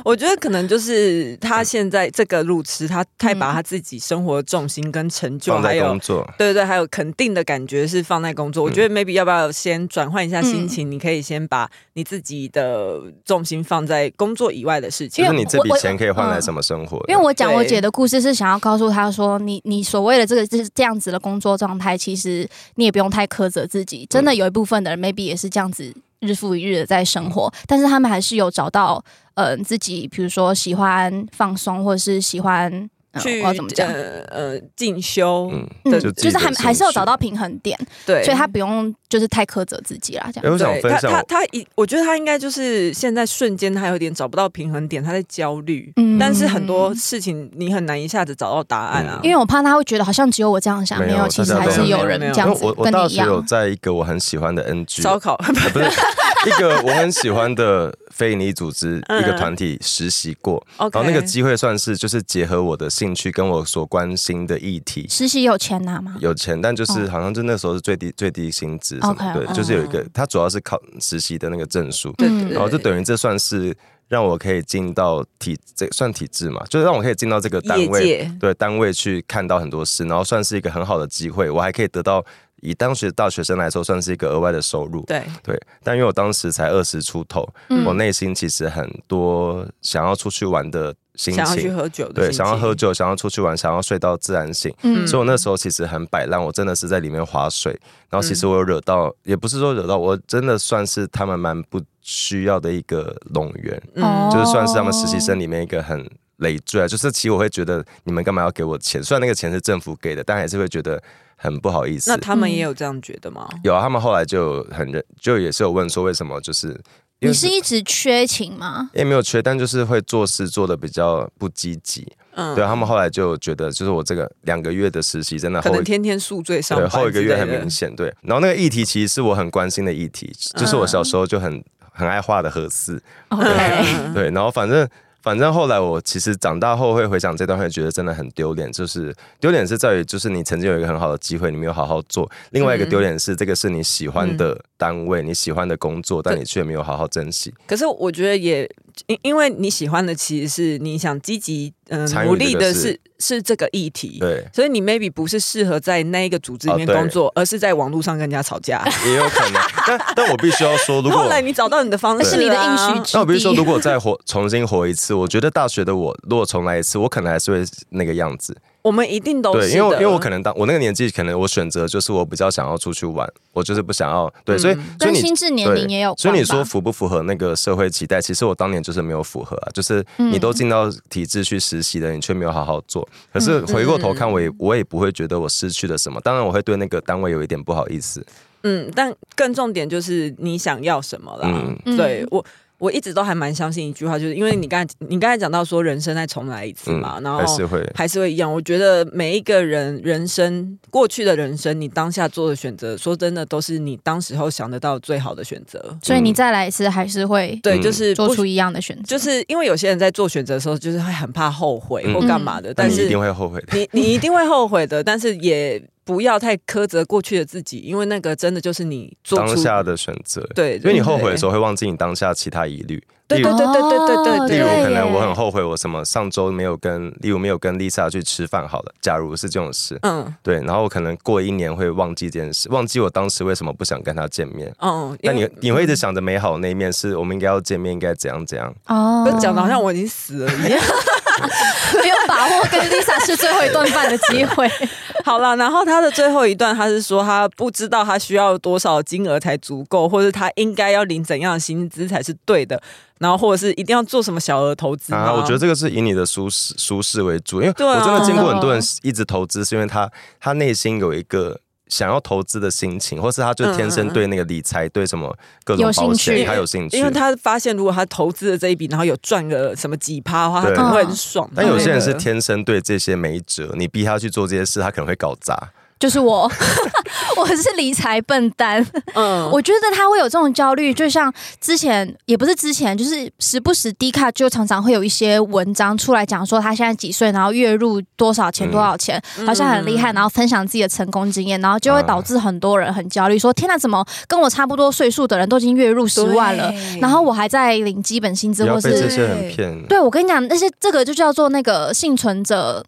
[SPEAKER 1] 我觉得可能就是他现在这个路痴，他太把他自己生活的重心跟成就，
[SPEAKER 2] 放
[SPEAKER 1] 还
[SPEAKER 2] 在
[SPEAKER 1] 有
[SPEAKER 2] 工作，
[SPEAKER 1] 对对对，还有肯定的感觉是放在工作。我觉得 maybe 要不要先转换一下心情？你可以先把你自己的重心放在工作以外的事
[SPEAKER 2] 就
[SPEAKER 1] 情
[SPEAKER 3] 因
[SPEAKER 2] 是
[SPEAKER 3] 为。
[SPEAKER 2] 你这笔
[SPEAKER 3] 我我
[SPEAKER 2] 钱可以换来
[SPEAKER 3] 嗯
[SPEAKER 2] 什么生活呢？
[SPEAKER 3] 因为我讲
[SPEAKER 1] 对
[SPEAKER 3] 我姐的故事是想要告诉她说，你你所谓的这个这这样子的工作状态，其实你也不用太苛责自己。真的有一部分的人 maybe 也是这样子日复一日的在生活，
[SPEAKER 2] 嗯
[SPEAKER 3] 但是他们还是有找到嗯、呃自己，比如说喜欢放松，或者是喜欢。呃我
[SPEAKER 1] 去
[SPEAKER 3] 要怎么讲？
[SPEAKER 1] 呃呃进修，
[SPEAKER 2] 嗯，
[SPEAKER 3] 嗯，
[SPEAKER 2] 就自己
[SPEAKER 3] 就是
[SPEAKER 2] 的
[SPEAKER 3] 还
[SPEAKER 2] 兴
[SPEAKER 3] 还是有
[SPEAKER 2] 趣
[SPEAKER 3] 找到平衡点，
[SPEAKER 1] 对，
[SPEAKER 3] 所以她不用就是太苛责自己啦。这样
[SPEAKER 2] 哎，我想
[SPEAKER 1] 对
[SPEAKER 2] 分
[SPEAKER 1] 他
[SPEAKER 2] 享
[SPEAKER 1] 他他一，我觉得他应该就是现在瞬间他有点找不到平衡点，他在焦虑。
[SPEAKER 3] 嗯
[SPEAKER 1] 但是很多事情你很难一下子找到答案
[SPEAKER 2] 嗯
[SPEAKER 1] 啊。
[SPEAKER 3] 因为我怕他会觉得好像只有我这样想，
[SPEAKER 2] 没有
[SPEAKER 3] 没有，其实
[SPEAKER 2] 大家
[SPEAKER 3] 还
[SPEAKER 2] 都
[SPEAKER 3] 是有人
[SPEAKER 1] 没有
[SPEAKER 3] 这
[SPEAKER 2] 因
[SPEAKER 3] 样
[SPEAKER 2] 为
[SPEAKER 3] 子
[SPEAKER 2] 我我
[SPEAKER 3] 跟
[SPEAKER 2] 大
[SPEAKER 3] 你一
[SPEAKER 2] 学有
[SPEAKER 3] 样。
[SPEAKER 2] 在一个我很喜欢的 NG，
[SPEAKER 1] 烧烤，
[SPEAKER 2] 呃不是一个我很喜欢的非营利组织一个团体实习过，
[SPEAKER 1] 嗯 OK，
[SPEAKER 2] 然后那个机会算是就是结合我的兴趣跟我所关心的议题。
[SPEAKER 3] 实习有钱拿吗？
[SPEAKER 2] 有钱，但就是
[SPEAKER 3] 哦
[SPEAKER 2] 好像就那时候是最低最低薪资什么
[SPEAKER 3] OK，
[SPEAKER 2] 对，
[SPEAKER 3] 嗯
[SPEAKER 2] 就是有一个，它主要是靠实习的那个证书，
[SPEAKER 1] 对
[SPEAKER 3] 嗯
[SPEAKER 1] 对，
[SPEAKER 2] 然后就
[SPEAKER 1] 对
[SPEAKER 2] 等于这算是让我可以进到体这算体制嘛，就是让我可以进到这个单
[SPEAKER 1] 业
[SPEAKER 2] 位，
[SPEAKER 1] 界，
[SPEAKER 2] 对单位去看到很多事，然后算是一个很好的机会，我还可以得到以当时大学生来说算是一个额外的收入，
[SPEAKER 1] 对，
[SPEAKER 2] 对，但因为我当时才二十出头，
[SPEAKER 3] 嗯
[SPEAKER 2] 我内心其实很多想要出去玩的心
[SPEAKER 1] 想要去
[SPEAKER 2] 情，
[SPEAKER 1] 喝酒的
[SPEAKER 2] 对，
[SPEAKER 1] 心情，
[SPEAKER 2] 想要喝酒，想要出去玩，想要睡到自然醒。
[SPEAKER 3] 嗯
[SPEAKER 2] 所以我那时候其实很摆烂，我真的是在里面划水，然后其实我有惹到，也不是说惹到，我真的算是他们蛮不需要的一个冗员，
[SPEAKER 1] 嗯，
[SPEAKER 3] 哦
[SPEAKER 2] 就是算是他们实习生里面一个很累赘啊，就是其实我会觉得你们干嘛要给我钱？虽然那个钱是政府给的，但还是会觉得很不好意思
[SPEAKER 1] 那。他
[SPEAKER 3] 嗯
[SPEAKER 1] 们也有这样觉得吗？
[SPEAKER 2] 有啊，他们后来就很认，就也是有问说为什么，就是因为
[SPEAKER 3] 你是一直缺情 吗？
[SPEAKER 2] 也没有缺，但就是会做事做的比较不积极。
[SPEAKER 1] 嗯，
[SPEAKER 2] 对他们后来就觉得，就是我这个两个月的实习真的
[SPEAKER 1] 可
[SPEAKER 2] 后
[SPEAKER 1] 能天天宿醉上
[SPEAKER 2] 对，
[SPEAKER 1] 班，
[SPEAKER 2] 后一个月很明。显。对，然后那个议题其实是我很关心的议题，就是我小时候就很很爱画的核四。
[SPEAKER 1] 嗯
[SPEAKER 2] 对，然后反正反正后来我其实长大后会回想这段，会觉得真的很丢脸。就是丢脸是在于，就是你曾经有一个很好的机会，你没有好好做；另外一个
[SPEAKER 1] 嗯
[SPEAKER 2] 丢脸是，这个是你喜欢的单位，你喜欢的工作，但你却没有好好珍惜。
[SPEAKER 1] 可是我觉得也因因为你喜欢的其实是你想积极嗯
[SPEAKER 2] 参与
[SPEAKER 1] 努力
[SPEAKER 2] 这个
[SPEAKER 1] 的
[SPEAKER 2] 事
[SPEAKER 1] 是是这个议题，
[SPEAKER 2] 对，
[SPEAKER 1] 所以你 maybe 不是适合在那一个组织里面
[SPEAKER 2] 哦对
[SPEAKER 1] 工作，而是在网络上跟人家吵架。
[SPEAKER 2] 也有可能。但但我必须要说， 如果
[SPEAKER 1] 后来你找到你的方式 啦，
[SPEAKER 3] 是你的应
[SPEAKER 1] 啊
[SPEAKER 3] 许之
[SPEAKER 2] 那我比如说，
[SPEAKER 3] 地
[SPEAKER 2] 如果再活重新活一次，我觉得大学的我，如果重来一次，我可能还是会那个样子，
[SPEAKER 1] 我们一定都哦是
[SPEAKER 2] 对，
[SPEAKER 1] 的，
[SPEAKER 2] 因为我因为我可能当我那个年纪，可能我选择就是我比较想要出去玩，我就是不想要对，
[SPEAKER 1] 嗯
[SPEAKER 2] 所以所
[SPEAKER 3] 跟
[SPEAKER 2] 以你
[SPEAKER 3] 心智年龄也有
[SPEAKER 2] 所以你说
[SPEAKER 3] 关吧
[SPEAKER 2] 符不符合那个社会期待？其实我当年就是没有符合啊，就是你
[SPEAKER 3] 嗯
[SPEAKER 2] 都进到体制去实习了，你却没有好好做。可
[SPEAKER 3] 嗯
[SPEAKER 2] 是回过
[SPEAKER 1] 嗯
[SPEAKER 2] 头看，我也我也不会觉得我失去了什么。当然，我会对那个单位有一点不好意思。
[SPEAKER 1] 嗯，但更重点就是你想要什么啦。
[SPEAKER 2] 嗯
[SPEAKER 3] 嗯
[SPEAKER 1] 对我，我一直都还蛮相信一句话，就是因为你刚才你刚才讲到说人生再重来一次
[SPEAKER 2] 嗯
[SPEAKER 1] 嘛，，然
[SPEAKER 2] 还
[SPEAKER 1] 后
[SPEAKER 2] 是会
[SPEAKER 1] 还是会一样。我觉得每一个人人生过去的人生，你当下做的选择，说真的都是你当时候想得到最好的选择。
[SPEAKER 3] 所以你再来一次还是会
[SPEAKER 1] 对，
[SPEAKER 2] 嗯
[SPEAKER 1] 就是
[SPEAKER 3] 做
[SPEAKER 1] 不
[SPEAKER 3] 出一样的选择，
[SPEAKER 1] 就是因为有些人在做选择的时候，就是会很怕后悔
[SPEAKER 2] 嗯
[SPEAKER 1] 或干嘛的，
[SPEAKER 2] 那
[SPEAKER 1] 但
[SPEAKER 2] 你一
[SPEAKER 1] 是
[SPEAKER 2] 定会后悔的。
[SPEAKER 1] 你你一定会后悔的，但是也不要太苛责过去的自己，因为那个真的就是你做
[SPEAKER 2] 当
[SPEAKER 1] 出
[SPEAKER 2] 下的选择，
[SPEAKER 1] 对，
[SPEAKER 2] 因为你后悔的时
[SPEAKER 1] 候，
[SPEAKER 2] 候会忘记你当下其他疑虑。
[SPEAKER 1] 对
[SPEAKER 2] 例如
[SPEAKER 1] 对对对对对
[SPEAKER 3] 哦
[SPEAKER 2] 例
[SPEAKER 1] 对
[SPEAKER 2] 如，
[SPEAKER 3] 对
[SPEAKER 2] 可能
[SPEAKER 3] 耶
[SPEAKER 2] 我很后悔，我什么上周没有跟，例如没有跟 Lisa 去吃饭好了。假如是这种事，
[SPEAKER 1] 嗯
[SPEAKER 2] 对，然后我可能过一年会忘记这件事，忘记我当时为什么不想跟她见面。
[SPEAKER 1] 嗯，
[SPEAKER 2] 但
[SPEAKER 1] 因
[SPEAKER 2] 你
[SPEAKER 1] 为
[SPEAKER 2] 你会一直想着美好的那一面，是我们应该要见面，应该怎样怎样。
[SPEAKER 3] 哦
[SPEAKER 1] 就讲的好像我已经死了一样。
[SPEAKER 3] 没有把握跟 Lisa 吃最后一顿饭的机会，
[SPEAKER 1] 好了，然后他的最后一段，他是说他不知道他需要多少金额才足够，或者他应该要领怎样的薪资才是对的，然后或者是一定要做什么小额投资吗
[SPEAKER 2] 啊，我觉得这个是以你的舒适舒适为主，因为
[SPEAKER 1] 对啊
[SPEAKER 2] 我真的见过很多人
[SPEAKER 3] 哦
[SPEAKER 2] 一直投资，是因为他他内心有一个。想要投资的心情，或是他就天
[SPEAKER 1] 嗯
[SPEAKER 2] 生对那个理财、对什么各种
[SPEAKER 3] 有兴
[SPEAKER 2] 保
[SPEAKER 3] 趣
[SPEAKER 2] 险，他有兴趣。
[SPEAKER 1] 因为他发现，如果他投资了这一笔，然后有赚个什么几趴的话，他
[SPEAKER 2] 对
[SPEAKER 1] 可能会很爽。
[SPEAKER 2] 但有些人是
[SPEAKER 1] 对
[SPEAKER 2] 天生对这些没辙，你逼他去做这些事，他可能会搞砸。
[SPEAKER 3] 就是我， 我是理财笨蛋。
[SPEAKER 1] 嗯，
[SPEAKER 3] 我觉得他会有这种焦虑，就像之前也不是之前，就是时不时 D 卡就常常会有一些文章出来讲说他现在几岁，然后月入多少钱
[SPEAKER 2] 嗯
[SPEAKER 3] 多少钱，好像很厉害，然后分享自己的成功经验，然后就会导致很多人很焦虑，说天哪，怎么跟我差不多岁数的人都已经月入十万了，
[SPEAKER 1] 对
[SPEAKER 3] 然后我还在领基本薪
[SPEAKER 2] 不
[SPEAKER 3] 资，
[SPEAKER 2] 要
[SPEAKER 3] 或
[SPEAKER 2] 被这
[SPEAKER 3] 是
[SPEAKER 2] 些人骗，因
[SPEAKER 3] 对我跟你讲，那些这个就叫做那个幸存者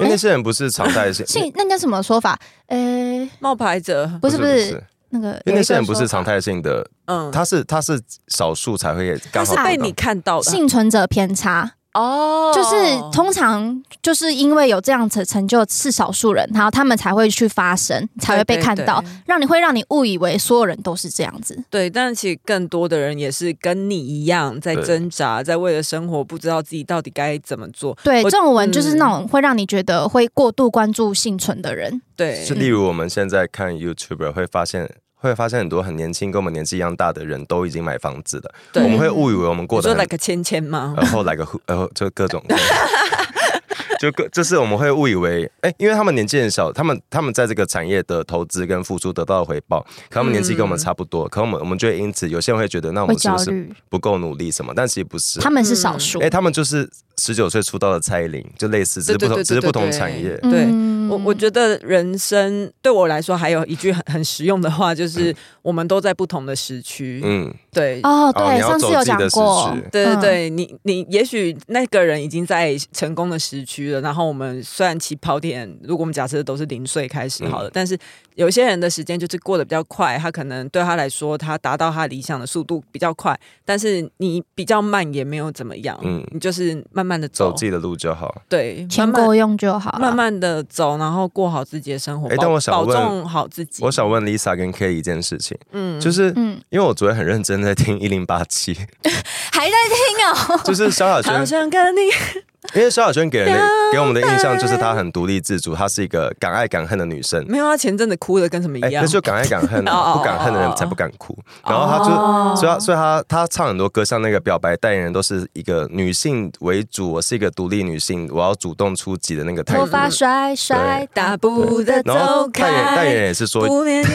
[SPEAKER 2] 为那些人不是常态性，
[SPEAKER 3] 幸，那叫什么说法？呃，
[SPEAKER 1] 冒牌者，
[SPEAKER 3] 哎不是不
[SPEAKER 2] 因
[SPEAKER 3] 是那个，
[SPEAKER 2] 为那些人不
[SPEAKER 3] 有
[SPEAKER 2] 是
[SPEAKER 3] 一个说
[SPEAKER 2] 常态性的，
[SPEAKER 1] 嗯，
[SPEAKER 2] 他是他是少数才会
[SPEAKER 1] 他
[SPEAKER 2] 刚
[SPEAKER 1] 是
[SPEAKER 2] 好
[SPEAKER 1] 被
[SPEAKER 2] 碰到
[SPEAKER 1] 你看到的
[SPEAKER 3] 幸存者偏差。
[SPEAKER 1] 哦，
[SPEAKER 3] 就是通常就是因为有这样子成就是少数人，然后他们才会去发声，才会被看到，
[SPEAKER 1] 对对对
[SPEAKER 3] 让你会让你误以为所有人都是这样子。
[SPEAKER 1] 对，但其实更多的人也是跟你一样在
[SPEAKER 2] 对
[SPEAKER 1] 挣扎，在为了生活不知道自己到底该怎么做。
[SPEAKER 3] 对，
[SPEAKER 1] 我
[SPEAKER 3] 这种文就是那种会让你觉得会过度关注幸存的人。
[SPEAKER 1] 对，
[SPEAKER 2] 是例如我们现在看 YouTuber 会发现。会发现很多很年轻，跟我们年纪一样大的人都已经买房子了。
[SPEAKER 1] 对
[SPEAKER 2] 我们会误以为我们过
[SPEAKER 1] 你
[SPEAKER 2] 得
[SPEAKER 1] 说
[SPEAKER 2] 很
[SPEAKER 1] like 芊芊吗？
[SPEAKER 2] 然后来个呼，然后就各种， 就各就是我们会误以为，哎、因为他们年纪很小，他们他们在这个产业的投资跟付出得到的回报，可他们年纪跟我们差不多，可我们我们就会因此有些人会觉得，那我
[SPEAKER 3] 嗯会
[SPEAKER 2] 们是
[SPEAKER 3] 焦
[SPEAKER 2] 不是
[SPEAKER 3] 虑，
[SPEAKER 2] 不够努力什么？但其实不是
[SPEAKER 3] 他，们是少数
[SPEAKER 2] 哎、。他们就是十九岁出道的蔡依林，就类似，
[SPEAKER 1] 对
[SPEAKER 2] 只是不
[SPEAKER 1] 对
[SPEAKER 2] 同，
[SPEAKER 1] 对
[SPEAKER 2] 只是
[SPEAKER 1] 对
[SPEAKER 2] 不同
[SPEAKER 1] 对
[SPEAKER 2] 产业。
[SPEAKER 1] 对
[SPEAKER 3] 嗯
[SPEAKER 1] 我我觉得人生对我来说还有一句很 很实用的话，就是我们都在不同的时区。
[SPEAKER 2] 嗯，
[SPEAKER 1] 对，
[SPEAKER 3] 哦，
[SPEAKER 2] 哦
[SPEAKER 3] 对，
[SPEAKER 2] 你要
[SPEAKER 3] 上次
[SPEAKER 2] 走
[SPEAKER 3] 有
[SPEAKER 2] 自己
[SPEAKER 3] 讲
[SPEAKER 2] 的
[SPEAKER 3] 过
[SPEAKER 2] 时，区
[SPEAKER 1] 对对
[SPEAKER 3] 嗯
[SPEAKER 1] 对，你你也许那个人已经在成功的时区了，然后我们虽然起跑点，如果我们假设都是零岁开
[SPEAKER 2] 嗯
[SPEAKER 1] 始好了，但是有些人的时间就是过得比较快，他可能对他来说，他达到他理想的速度比较快，但是你比较慢也没有怎么样，
[SPEAKER 2] 嗯
[SPEAKER 1] 你就是慢慢的
[SPEAKER 2] 走自己的路就
[SPEAKER 3] 嗯
[SPEAKER 2] 好。
[SPEAKER 1] 对，慢
[SPEAKER 3] 钱
[SPEAKER 1] 慢
[SPEAKER 3] 够用就好
[SPEAKER 1] 慢
[SPEAKER 3] 了。
[SPEAKER 1] 慢的走，然后过好自己的生活，
[SPEAKER 2] 哎
[SPEAKER 1] 保
[SPEAKER 2] 但我想
[SPEAKER 1] 保
[SPEAKER 2] 问
[SPEAKER 1] 重好自己，
[SPEAKER 2] 我想问 Lisa 跟 K 一件事情，
[SPEAKER 1] 嗯，
[SPEAKER 2] 就是
[SPEAKER 3] 嗯，
[SPEAKER 2] 因为我昨天很认真在听一零八七，
[SPEAKER 3] 还在听哦。
[SPEAKER 2] 就是萧亚轩
[SPEAKER 1] 好想跟你
[SPEAKER 2] 因为萧亚轩给人的给我们的印象就是她很独立自主，她是一个敢爱敢恨的女生。
[SPEAKER 1] 没有，他啊前阵子哭的跟什么一
[SPEAKER 2] 哎，
[SPEAKER 1] 样
[SPEAKER 2] 那，就敢爱敢恨啊！
[SPEAKER 1] 嗯哦
[SPEAKER 2] 不敢恨的人才不敢哭。然后她就，
[SPEAKER 3] 哦
[SPEAKER 2] 所以她所以她她唱很多歌，像那个表白代言人都是一个女性为主，我是一个独立女性，我要主动出击的那个态
[SPEAKER 3] 头
[SPEAKER 2] 度。
[SPEAKER 3] 发甩甩，
[SPEAKER 1] 大步的
[SPEAKER 2] 然后
[SPEAKER 1] 走
[SPEAKER 2] 代言代言人
[SPEAKER 1] 开。
[SPEAKER 2] 也是说，
[SPEAKER 1] 不免你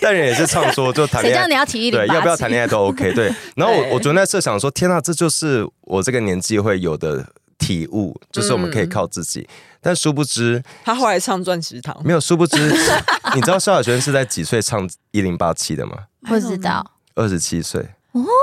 [SPEAKER 2] 代言人也是唱说就谈
[SPEAKER 3] 谁
[SPEAKER 2] 恋
[SPEAKER 3] 叫
[SPEAKER 2] 爱
[SPEAKER 3] 你。要提一零
[SPEAKER 2] 对，
[SPEAKER 3] 八？
[SPEAKER 2] 要不要谈恋爱都 OK。对， 然后我我昨天在设想说，天啊，这就是我这个年纪会有的体悟，
[SPEAKER 3] 嗯
[SPEAKER 2] 就是我们可以靠自己。但殊不知，
[SPEAKER 1] 他后来唱《钻石堂》，
[SPEAKER 2] 没有，殊不 知，你知道萧亚轩是在几岁唱一零八七的吗？
[SPEAKER 3] 不知道，
[SPEAKER 2] 二十七岁，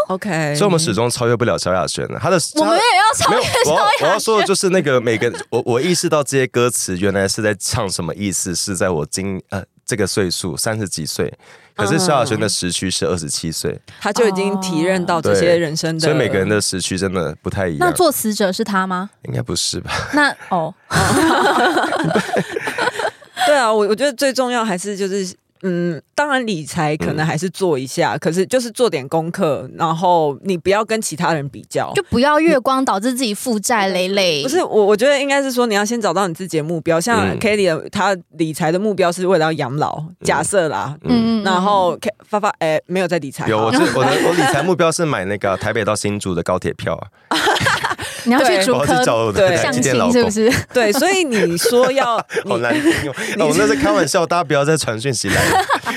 [SPEAKER 1] OK，
[SPEAKER 2] 所以我们始终超越不了萧亚轩的。他的
[SPEAKER 3] 我们也要
[SPEAKER 2] 他
[SPEAKER 3] 超
[SPEAKER 2] 没
[SPEAKER 3] 越
[SPEAKER 2] 有，我
[SPEAKER 3] 萧
[SPEAKER 2] 要我
[SPEAKER 3] 亚
[SPEAKER 2] 要说
[SPEAKER 3] 轩
[SPEAKER 2] 的。就是那个每个我我意识到这些歌词原来是在唱什么意思，是在我今呃这个岁数，三十几岁，可
[SPEAKER 3] 嗯
[SPEAKER 2] 是萧亚轩的时区是二十七岁，
[SPEAKER 1] 他就已经体认到这些人生的，
[SPEAKER 2] 哦所以每个人的时区真的不太一
[SPEAKER 3] 那
[SPEAKER 2] 样。
[SPEAKER 3] 作词者是他吗？
[SPEAKER 2] 应该不是吧？
[SPEAKER 3] 那哦，
[SPEAKER 1] 对啊，我我觉得最重要还是就是。嗯，当然理财可
[SPEAKER 2] 嗯
[SPEAKER 1] 能还是做一下，可是就是做点功课，然后你不要跟其他人比较，
[SPEAKER 3] 就不要月光导致自己负债累累。
[SPEAKER 1] 嗯
[SPEAKER 3] 嗯
[SPEAKER 1] 不是，我，我觉得应该是说你要先找到你自己的目标。像
[SPEAKER 2] 嗯
[SPEAKER 1] Kelly 的，她理财的目标是为了要养老，假设啦。
[SPEAKER 2] 嗯，
[SPEAKER 1] 然后 K 发发哎、没有在理财，
[SPEAKER 2] 有
[SPEAKER 1] 好
[SPEAKER 2] 我这我的我理财目标是买那个啊、台北到新竹的高铁票啊，
[SPEAKER 3] 你要去
[SPEAKER 1] 对
[SPEAKER 3] 主
[SPEAKER 2] 我要去找
[SPEAKER 3] 科
[SPEAKER 2] 我的
[SPEAKER 1] 对
[SPEAKER 2] 台
[SPEAKER 3] 相
[SPEAKER 2] 积
[SPEAKER 3] 亲
[SPEAKER 2] 电老
[SPEAKER 3] 是
[SPEAKER 2] 公
[SPEAKER 3] 不。是？
[SPEAKER 1] 对，所以你说 要你
[SPEAKER 2] 好难听哦！哦我那是开玩笑，大家不要再传讯息来了，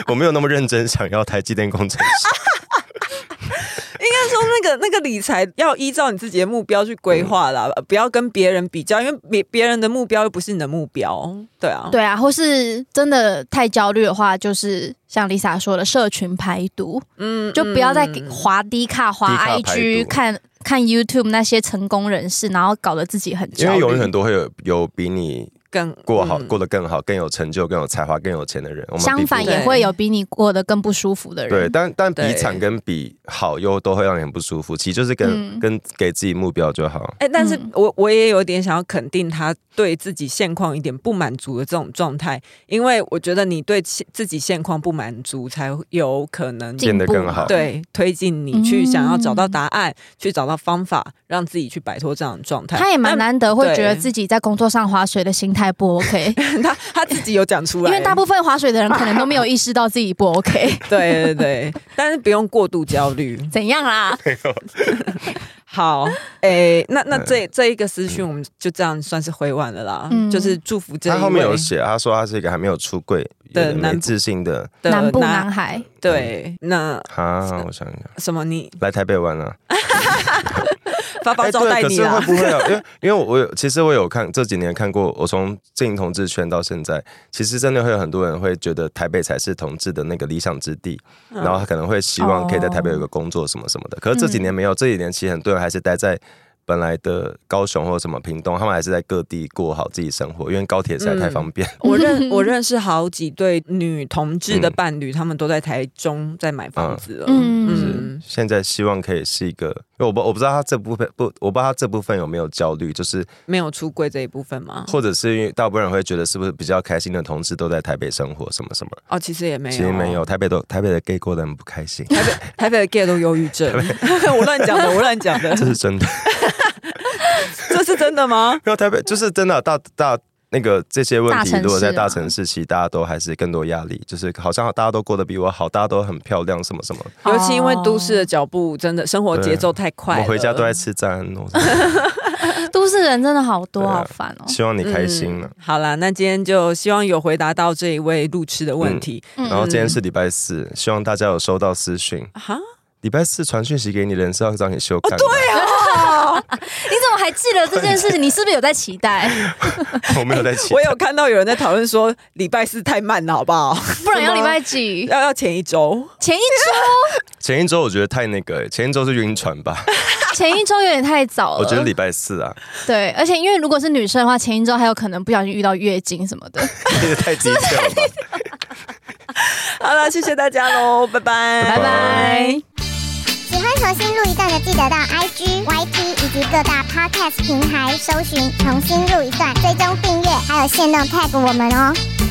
[SPEAKER 2] 我没有那么认真想要台积电工程师。
[SPEAKER 1] 但是说那个那个理财要依照你自己的目标去规划啦，不要跟别人比较，因为别别人的目标又不是你的目标，对啊，
[SPEAKER 3] 对啊，或是真的太焦虑的话，就是像 Lisa 说的，社群排毒，
[SPEAKER 1] 嗯
[SPEAKER 3] 就不要再给滑低卡、滑
[SPEAKER 2] D 卡排
[SPEAKER 3] IG
[SPEAKER 2] 毒
[SPEAKER 3] 看。看 YouTube 那些成功人士，然后搞得自己很
[SPEAKER 2] 因
[SPEAKER 3] 焦
[SPEAKER 2] 为
[SPEAKER 3] 虑。
[SPEAKER 2] 有人很多会有有比你
[SPEAKER 1] 更
[SPEAKER 2] 过好、
[SPEAKER 1] 嗯
[SPEAKER 2] 过得更好、更有成就、更有才华、更有钱的人，我们比
[SPEAKER 3] 相
[SPEAKER 2] 不
[SPEAKER 3] 反
[SPEAKER 2] 过
[SPEAKER 3] 也会有比你过得更不舒服的
[SPEAKER 2] 对，
[SPEAKER 3] 人。
[SPEAKER 2] 但但比
[SPEAKER 1] 对
[SPEAKER 2] 惨跟比好又都会让你很不舒服，其实就是跟、
[SPEAKER 3] 嗯
[SPEAKER 2] 跟给自己目标就好。
[SPEAKER 1] 哎、但是
[SPEAKER 3] 嗯
[SPEAKER 1] 我我也有点想要肯定他对自己现况一点不满足的这种状态，因为我觉得你对其自己现况不满足，才有可能
[SPEAKER 3] 进嗯
[SPEAKER 2] 变得
[SPEAKER 3] 步
[SPEAKER 2] 更好
[SPEAKER 1] 对推进你去想要找到答案，去找到方法，让自己去摆脱这样的状态。
[SPEAKER 3] 他也蛮难得，会觉得
[SPEAKER 1] 对
[SPEAKER 3] 自己在工作上划水的心态不 OK，
[SPEAKER 1] 但，他他自己有讲出
[SPEAKER 3] 因
[SPEAKER 1] 来，
[SPEAKER 3] 为大部分划水的人可能都没有意识到自己不 OK，
[SPEAKER 1] 对对对，但是不用过度焦 虑。
[SPEAKER 3] 怎样啦？
[SPEAKER 1] 好，诶、那
[SPEAKER 2] 嗯
[SPEAKER 1] 那这这一个私讯我们就这样算是回完了啦，
[SPEAKER 3] 嗯
[SPEAKER 1] 就是祝福这一
[SPEAKER 2] 他
[SPEAKER 1] 位
[SPEAKER 2] 后面有写，他说他是一个还没有出柜、有
[SPEAKER 1] 的
[SPEAKER 2] 点没
[SPEAKER 1] 南部
[SPEAKER 2] 自信的
[SPEAKER 1] 的
[SPEAKER 3] 南部男孩，
[SPEAKER 1] 对，那
[SPEAKER 2] 啊，我想想，
[SPEAKER 1] 什么你
[SPEAKER 2] 来台北玩啊。
[SPEAKER 1] 发包招待
[SPEAKER 2] 哎对，可
[SPEAKER 1] 你
[SPEAKER 2] 是
[SPEAKER 1] 啦。
[SPEAKER 2] 会不会啊？因为因为我我有其实我有看这几年看过，我从进同志圈到现在，其实真的会有很多人会觉得台北才是同志的那个理想之地，
[SPEAKER 1] 嗯哦
[SPEAKER 2] 然后他可能会希望可以在台北有个工作什么什么的。可是这
[SPEAKER 1] 嗯
[SPEAKER 2] 几年没有，这几年其实很多人还是待在。本来的高雄或什么屏东，他们还是在各地过好自己生活，因为高铁实在太方便。
[SPEAKER 1] 我 认我认识好几对女同志
[SPEAKER 2] 嗯
[SPEAKER 1] 的伴侣，他们都在台中在买房子了。
[SPEAKER 3] 嗯
[SPEAKER 1] 嗯，
[SPEAKER 2] 现在希望可以是一个，因为我不我不知道他这部分不，我不知道他这部分有没有焦虑，就是
[SPEAKER 1] 没有出柜这一部分吗？
[SPEAKER 2] 或者是因为大部分人会觉得是不是比较开心的同志都在台北生活什么什么，
[SPEAKER 1] 哦，其实也没有，
[SPEAKER 2] 其实没有，。台北都台北的 gay 过得很不开 心，
[SPEAKER 1] 台北的 gay 都忧郁 症，我乱讲的，我乱讲的
[SPEAKER 2] 这，是真的。
[SPEAKER 1] 这是真的 吗？
[SPEAKER 2] 没有台北就是真的大大那个这些问
[SPEAKER 3] 大
[SPEAKER 2] 题
[SPEAKER 3] 城，市
[SPEAKER 2] 如果在
[SPEAKER 3] 啊
[SPEAKER 2] 大城市，其实大家都还是更多压力，就是好像大家都过得比我好，大家都很漂亮，什么什么，
[SPEAKER 3] 哦
[SPEAKER 1] 尤其因为都市的脚步真的生活节奏太
[SPEAKER 2] 我
[SPEAKER 1] 快了，
[SPEAKER 2] 们回家都在吃赞安诺，
[SPEAKER 3] 都市人真的好多，
[SPEAKER 2] 对啊
[SPEAKER 3] 好烦哦。
[SPEAKER 2] 希望你开心啊了。
[SPEAKER 1] 嗯好啦，那今天就希望有回答到这一位路痴的问题。
[SPEAKER 3] 嗯
[SPEAKER 2] 然后今天是礼拜四，希望大家有收到私讯。
[SPEAKER 1] 哈、
[SPEAKER 2] 礼拜四传讯息给你的人是要找你休
[SPEAKER 3] 哦
[SPEAKER 2] 刊的，
[SPEAKER 3] 你怎么还记得这件事情？你是不是有在期待？
[SPEAKER 2] 我没有 在期
[SPEAKER 1] 我有看到有人在讨论说礼拜四太慢了，好不 好？
[SPEAKER 3] 不然要礼拜几？
[SPEAKER 1] 要要前一周。
[SPEAKER 3] 前 一周，
[SPEAKER 2] 前一周我觉得太那个、欸，前一周是晕船吧，
[SPEAKER 3] 前一周有点太早
[SPEAKER 2] 我
[SPEAKER 3] 了。
[SPEAKER 2] 觉得礼拜四啊，
[SPEAKER 3] 对，而且因为如果是女生的话，前一周还有可能不小心遇到月经什么的。
[SPEAKER 2] 也太低调了吧。
[SPEAKER 1] 好了，谢谢大家喽，拜拜，
[SPEAKER 2] 拜
[SPEAKER 3] 拜。
[SPEAKER 4] 喜欢重新录一段的，记得到 IG、YT 以及各大 Podcast 平台搜寻“重新录一段”，追踪订阅，还有限定 tag 我们哦。